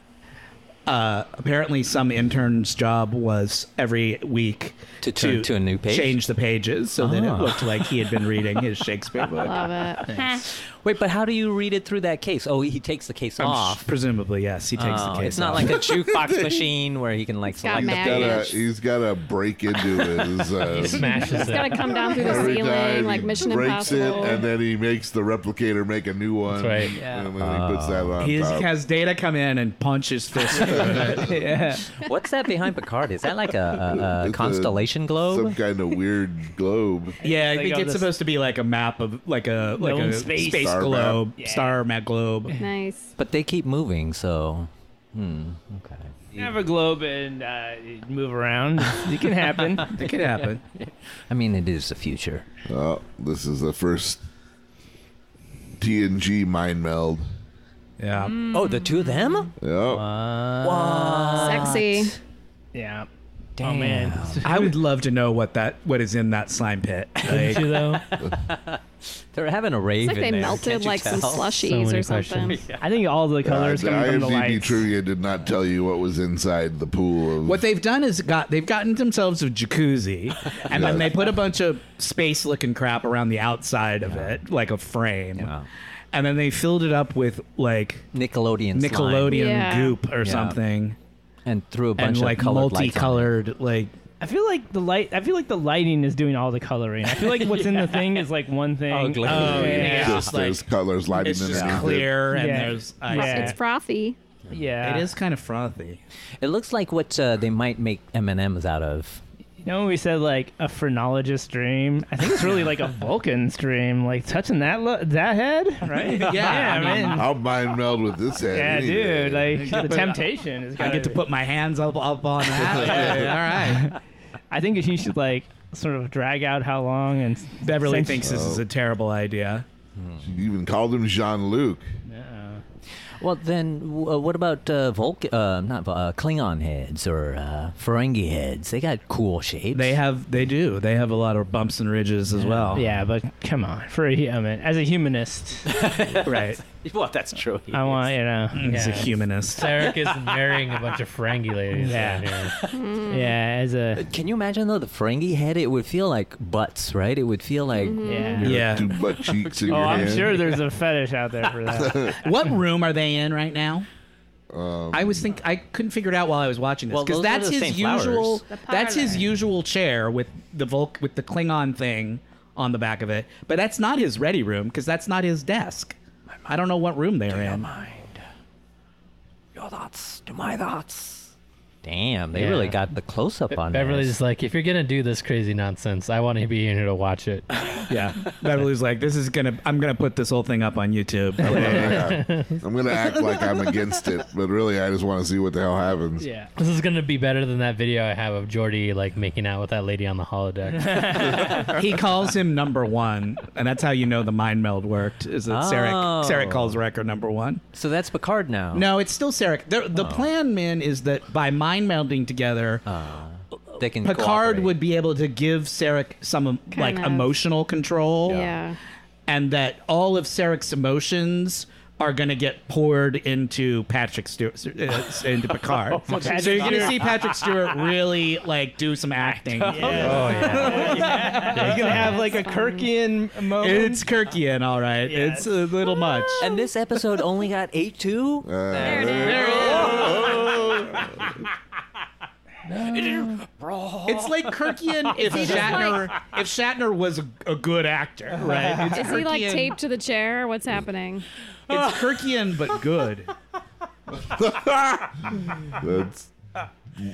Uh, apparently, some intern's job was every week
To turn to a new page?
change the pages so that it
Ah.
looked like he had been reading
[laughs]
his Shakespeare book.
Love it.
Wait, but how do you read it through that case? Oh, he takes the case off.
Presumably, yes, he takes
Oh,
the case.
it's not
off.
like a
[laughs]
jukebox machine where he can like
got
select the
mad.
Gotta,
Average.
he's got to break into his. Uh,
[laughs]
Smashes
It's got
it.
to come down through the
every
ceiling
time
like
he
Mission
breaks
Impossible.
it, and then he makes the replicator make a new one.
right.
And then he puts that on
He is-
top.
has Data come in and punch his fist.
[laughs]
through it. yeah.
What's that behind Picard? Is that like a, a, a
It's a-
constellation
Some
globe?
kind of weird globe.
Yeah, I
Like
think
on
it's
this-
supposed to be like a map of like a like
Known
a
space.
space,
Star map.
globe, star map globe.
nice.
But they keep moving, so. Hmm. Okay.
uh,
Have a globe and uh, move around. It can happen.
It could happen.
I mean, it is the future.
Oh, this is the first TNG mind meld.
Yeah.
Mm.
Oh, the two of them?
Yep.
Uh,
Sexy.
[laughs] Yeah.
Damn.
Oh man.
I would love to know what that what is in that slime
[laughs]
pit. Like,
You though?
They're having a rave
It's like
in
they
there.
melted
can't you
like some
tell?
So
slushies
many
or something. [laughs]
questions.
I think all the colors
the
come from the
IMDb
lights.
trivia did not tell you what was inside the pool of.
what they've done is got they've gotten themselves a
[laughs]
jacuzzi, and then they put a bunch of space looking crap around the outside of it, like a frame,
Yeah.
and then they filled it up with like
Nickelodeon. slime.
Nickelodeon
Yeah.
goop or
Yeah.
something,
And threw a bunch
and
of
like
colored lights on it.
multicolored like
I feel like the light. I feel like the lighting is doing all the coloring. I feel like what's
[laughs]
in the thing is like one thing.
Oh, glare.
Oh, yeah.
Just there's colors lighting
it's just
underneath it.
clear and
Yeah.
there's ice.
Yeah.
It's frothy.
yeah.
It is kind of frothy.
It looks like what uh, they might make M and M's out of.
You know, when we said like a phrenologist dream. I think it's really like [laughs] a Vulcan's dream. Like touching that lo- that head, [laughs] right? yeah, man.
I'll mind meld with this head.
Yeah,
any
dude.
day.
Like the temptation is.
I
gotta
get to
be-
put my hands up
[laughs]
up on that. All right.
I think he should like sort of drag out how long and
Beverly
Sensu-
thinks this is a terrible idea.
you even called him Jean Luc.
Oh.
Well, then, w- uh, what about uh, Vulc? Uh, not Vul- uh, Klingon heads or uh, Ferengi heads? They got cool shapes.
They have, they do. They have a lot of bumps and ridges as well.
Yeah, but come on. For a human, as a
[laughs]
humanist,
right.
[laughs] Well, that's true.
uh,
I want you know.
He's a
yeah.
humanist.
Sarek is marrying a bunch of Ferengi ladies.
Yeah.
Yeah. Here.
Yeah, as a
Can you imagine though the Ferengi head? It would feel like butts, right? It would feel like
Mm-hmm.
yeah.
Yeah.
Two butt cheeks in
Oh,
your
I'm
hand.
[laughs]
sure there's a fetish out there for that.
What room are they in right now?
Um,
I was think I couldn't figure it out while I was watching this
Well,
because
those are
that's
the same
his usual.
flowers.
The
That's his
parlor.
usual chair with the Volk with the Klingon thing on the back of it. But that's not his ready room because that's not his desk. I don't know what room they're in.
Your thoughts to my thoughts. Damn, they
Yeah.
really got the close up on
Beverly's
this.
like, if you're gonna do this crazy nonsense, I want to be in here to watch it.
Yeah, Beverly's like, this is gonna. I'm gonna put this whole thing up on [laughs] YouTube.
yeah. I'm gonna act like I'm against it, but really I just want to see what the hell happens.
Yeah, this is gonna be better than that video I have of Jordy like making out with that lady on the holodeck.
he calls him number one, and that's how you know the mind meld worked. Is that Sarek?
Oh.
Sarek calls Wrecker number one. Oh.
So that's Picard now.
No, it's still Sarek. The, the plan, Min, is that by mind melding together,
they can
Picard
cooperate.
would be able to give Sarek some um, like
of.
emotional control,
Yeah.
and that all of Sarek's emotions are going to get poured into Patrick Stewart uh, into [laughs] Picard. so you're going to see Patrick Stewart really like do some acting.
He's gonna have like a Kirkian moment.
It's Kirkian, all right. It's a little much.
And this episode only got eight two.
Uh,
It's like Kirkian [laughs] if
just
Shatner if Shatner was a, a good actor, right? It's
Is he like
Kirkian-
taped to the chair? What's happening?
It's Kirkian but good.
[laughs] that's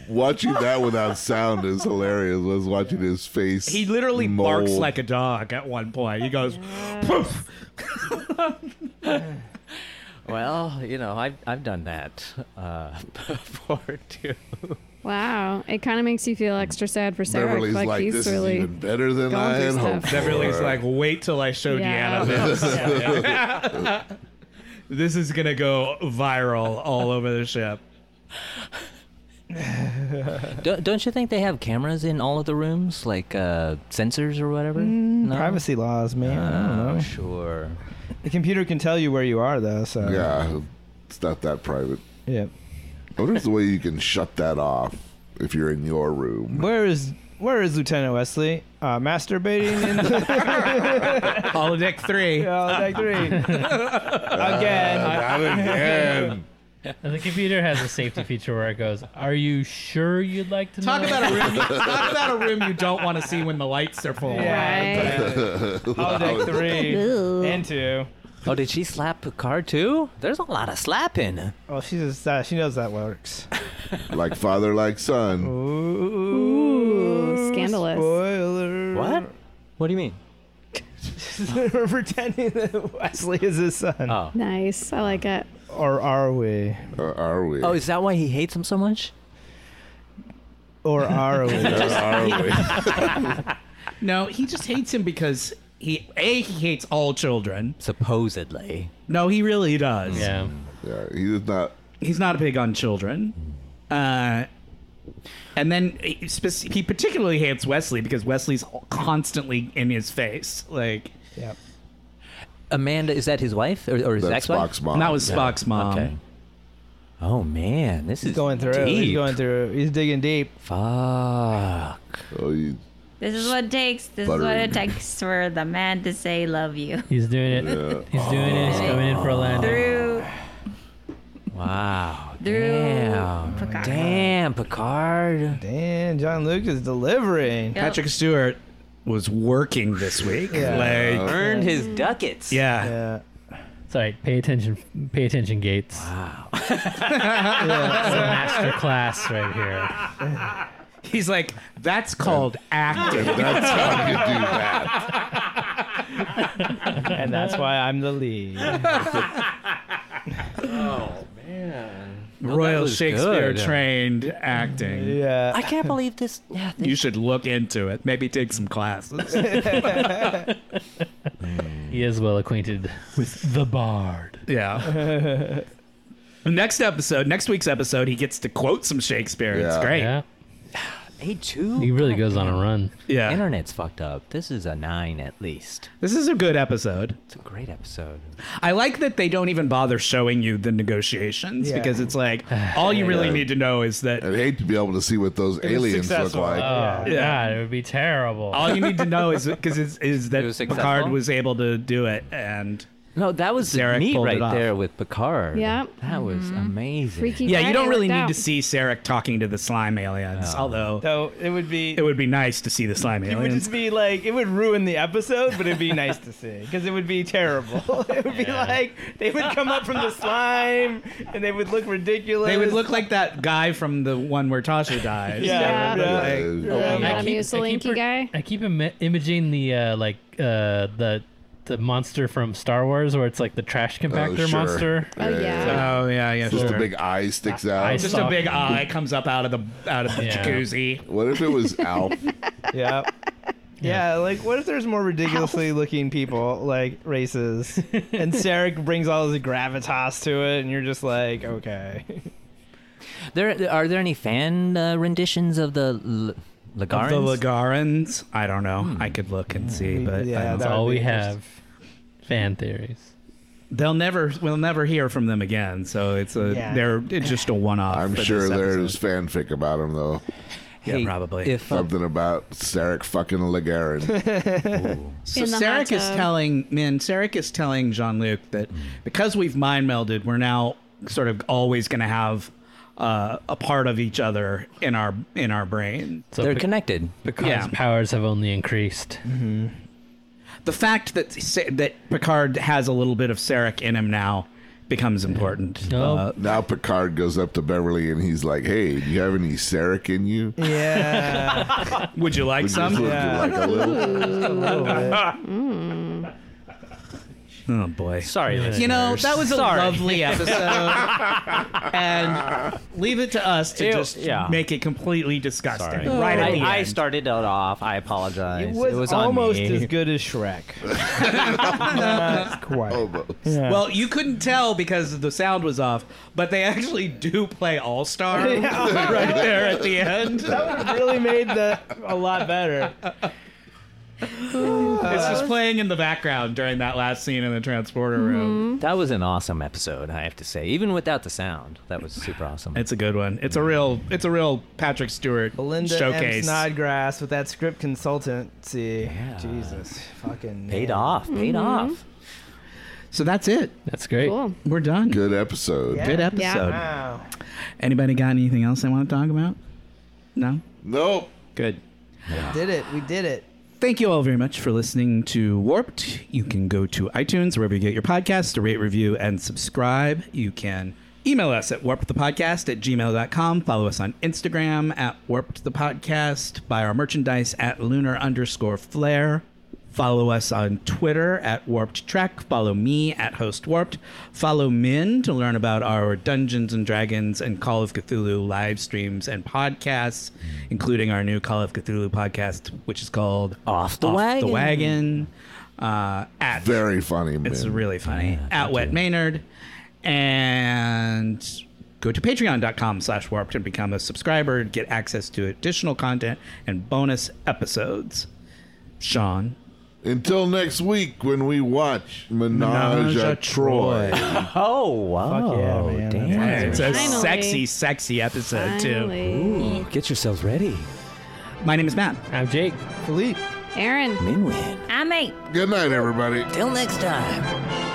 watching that without sound is hilarious. I was watching his face.
He literally
mold.
barks like a dog at one point. He goes, poof.
Well, you know, I've I've done that uh, [laughs] before too.
Wow. It kind of makes you feel extra sad for Sarah.
Beverly's
like,
like,
he's
this
really.
is even better than
going
I
through
had
stuff.
hoped.
Beverly's
for.
like, wait till I show
Yeah.
Deanna this. [laughs] This is going to go viral all over the ship.
Don't, don't you think they have cameras in all of the rooms, like uh, sensors or whatever?
Mm.
no?
Privacy laws, man. I
Uh,
don't know.
Sure.
The computer can tell you where you are, though. So
yeah, it's not that private.
yeah.
I wonder if the way you can shut that off if you're in your room.
Where is where is Lieutenant Wesley? Uh, masturbating in
[laughs]
the
Holodeck 3.
[laughs]
holodeck three again.
[laughs] Not again.
and the computer has a safety feature where it goes, "Are you sure you'd like to
Talk
know?"
about a room. Talk about a room you don't want to see when the lights are full.
Right.
Wow.
Holodeck three and two.
Oh, did she slap Picard too? There's a lot of slapping.
Well, she's just, uh, she knows that works.
Like father, like son.
Oh.
Ooh, scandalous.
Spoiler.
What? What do you mean?
We're pretending that Wesley is his son,
Oh.
Nice. I like it.
or are we?
Or Uh, are we?
Oh, is that why he hates him so much?
Or are we?
Or
[laughs]
are we?
No, he just hates him because he a he hates all children.
Supposedly.
No, he really does.
Yeah,
yeah, he does not.
He's not big on children. Uh, and then he spec- he particularly hates Wesley because Wesley's constantly in his face. Like
yep.
Amanda, is that his wife or, or his
That's
ex-wife?
Spock's mom.
and that was Spock's mom.
Okay. Oh man, this
He's
is
going through. it.
Deep.
He's going through. it. He's digging deep.
Fuck.
Oh, he-
This is what it takes. This is what
Buttery.
it takes for the man to say love you.
he's doing it.
uh,
He's doing it. He's coming in for a landing.
Through
[laughs]
Wow.
Through
Damn.
Picard.
Damn, Picard.
Damn, John Luke is delivering.
Yep.
Patrick Stewart was working this week.
Yeah.
Like
Earned his ducats.
yeah.
Yeah.
Sorry, pay attention. Pay attention, Gates. [laughs]
yeah.
It's a master class right here.
He's like that's called
[laughs]
acting.
[laughs] that's how you do that.
[laughs] and that's why I'm the lead.
Royal
was
Shakespeare
good.
trained acting.
Yeah.
I can't believe this. Yeah, this
You should look into it. Maybe take some classes.
He is well acquainted with the Bard.
yeah. next episode, next week's episode, he gets to quote some Shakespeare. It's
Yeah.
great.
Yeah,
Hey, two.
he really goes on a run.
Yeah.
Internet's fucked up. This is a nine at least.
This is a good episode.
It's a great episode.
I like that they don't even bother showing you the negotiations
Yeah.
because it's like all you really
Yeah.
need to know is that
I'd hate to be able to see what those aliens look
successful.
like.
uh,
Uh,
Oh
Yeah.
God, it would be terrible.
all you need to know is because is, is that
was
Picard
successful?
was able to do it and
No, that was
Zarek
neat
pulled
right
it off.
there with Picard.
Yeah.
That was amazing.
Freaky
yeah,
Friday
you don't really
worked
need
out.
to see Sarek talking to the slime aliens,
No.
although
So it would be.
it would be nice to see the slime
It would
aliens.
just be like it would ruin the episode, but it'd be nice to see because it would be terrible. [laughs] It would be like they would come up from the slime and they would look ridiculous.
They would look like that guy from the one where Tasha dies.
Yeah.
Yeah, yeah.
Yeah,
I
that
keep- I
Mussolinki
keep re-
guy.
I keep Im- imaging the uh, like uh, the the monster from Star Wars, where it's like the trash compactor
sure.
monster.
Oh yeah.
Oh yeah, yeah.
Just
sure.
a big eye sticks out.
I
just a big eye comes up out of the out of the
Yeah.
jacuzzi.
What if it
[laughs]
was Alf?
yeah. Yeah, like what if there's more ridiculously looking people, like races, and Sarek brings all this gravitas to it, and you're just like, okay.
There are there any fan uh, renditions of the L-
Of
Lagarans? Hmm.
the Lagarans. I don't know. I could look and see, but
Yeah,
I don't
that
That's
would
all
be
we have. Fan theories.
They'll never, we'll never hear from them again. So it's a,
Yeah.
they're it's just a one-off.
I'm
for
sure
this
there's
episode.
fanfic about him though.
yeah, probably.
If uh,
Something about Sarek fucking
[laughs]
Lagarin.
So
In the
Sarek
hot
is
tub.
telling men. Sarek is telling Jean Luc that because we've mind melded, we're now sort of always going to have uh, a part of each other in our in our brain.
So
they're
Pic-
connected.
Picard's
Yeah.
powers have only increased.
The fact that Sa- that Picard has a little bit of Sarek in him now becomes important.
Oh.
Uh,
now Picard goes up to Beverly and he's like, "Hey, do you have any Sarek in you?
Yeah.
would you like
Would you-
some?
would you
Yeah.
like a little?"
[laughs] Oh boy.
Sorry,
You know, that was a
Sorry.
[laughs] lovely episode. and leave it to us to
Ew,
just
yeah.
make it completely disgusting.
Sorry.
Right at the end.
I, I started it off. I apologize.
it was,
on
almost
me.
as good as Shrek.
Almost.
Well, you couldn't tell because the sound was off, but they actually do play All Star right there at the end.
That would really made that a lot better.
it's just playing in the background during that last scene in the transporter room.
That was an awesome episode, I have to say. Even without the sound, that was super awesome.
It's a good one. It's a real. It's a real Patrick Stewart
Belinda M.
showcase.
Snodgrass with that script consultancy.
Yeah.
Jesus, fucking
paid
man.
off. Paid off.
so that's it.
That's great.
[laughs]
Cool.
We're done.
Good episode.
Good episode.
Wow.
Anybody got anything else they want to talk about? No.
Nope.
Good.
Did it. We did it.
Thank you all very much for listening to Warped. You can go to iTunes, wherever you get your podcasts, to rate, review, and subscribe. You can email us at warpedthepodcast at gmail.com. Follow us on Instagram at warpedthepodcast. Buy our merchandise at lunar underscore flare. Follow us on Twitter at Warped Trek. Follow me at Host Warped. Follow Min to learn about our Dungeons and Dragons and Call of Cthulhu live streams and podcasts, including our new Call of Cthulhu podcast, which is called
Off the Wagon.
Wagon, uh, at
Very funny. Man.
it's really funny. At Wet Maynard. And go to patreon.com slash warped and become a subscriber and get access to additional content and bonus episodes. Sean.
Until next week when we watch Menage,
Menage
a
a Troy.
Troy.
Oh, wow. Damn.
It's a
Finally.
sexy, sexy episode, too.
Finally.
Get yourselves ready.
My name is Matt.
I'm Jake.
Aaron.
Min win.
I'm eight.
Good night, everybody.
Till next time.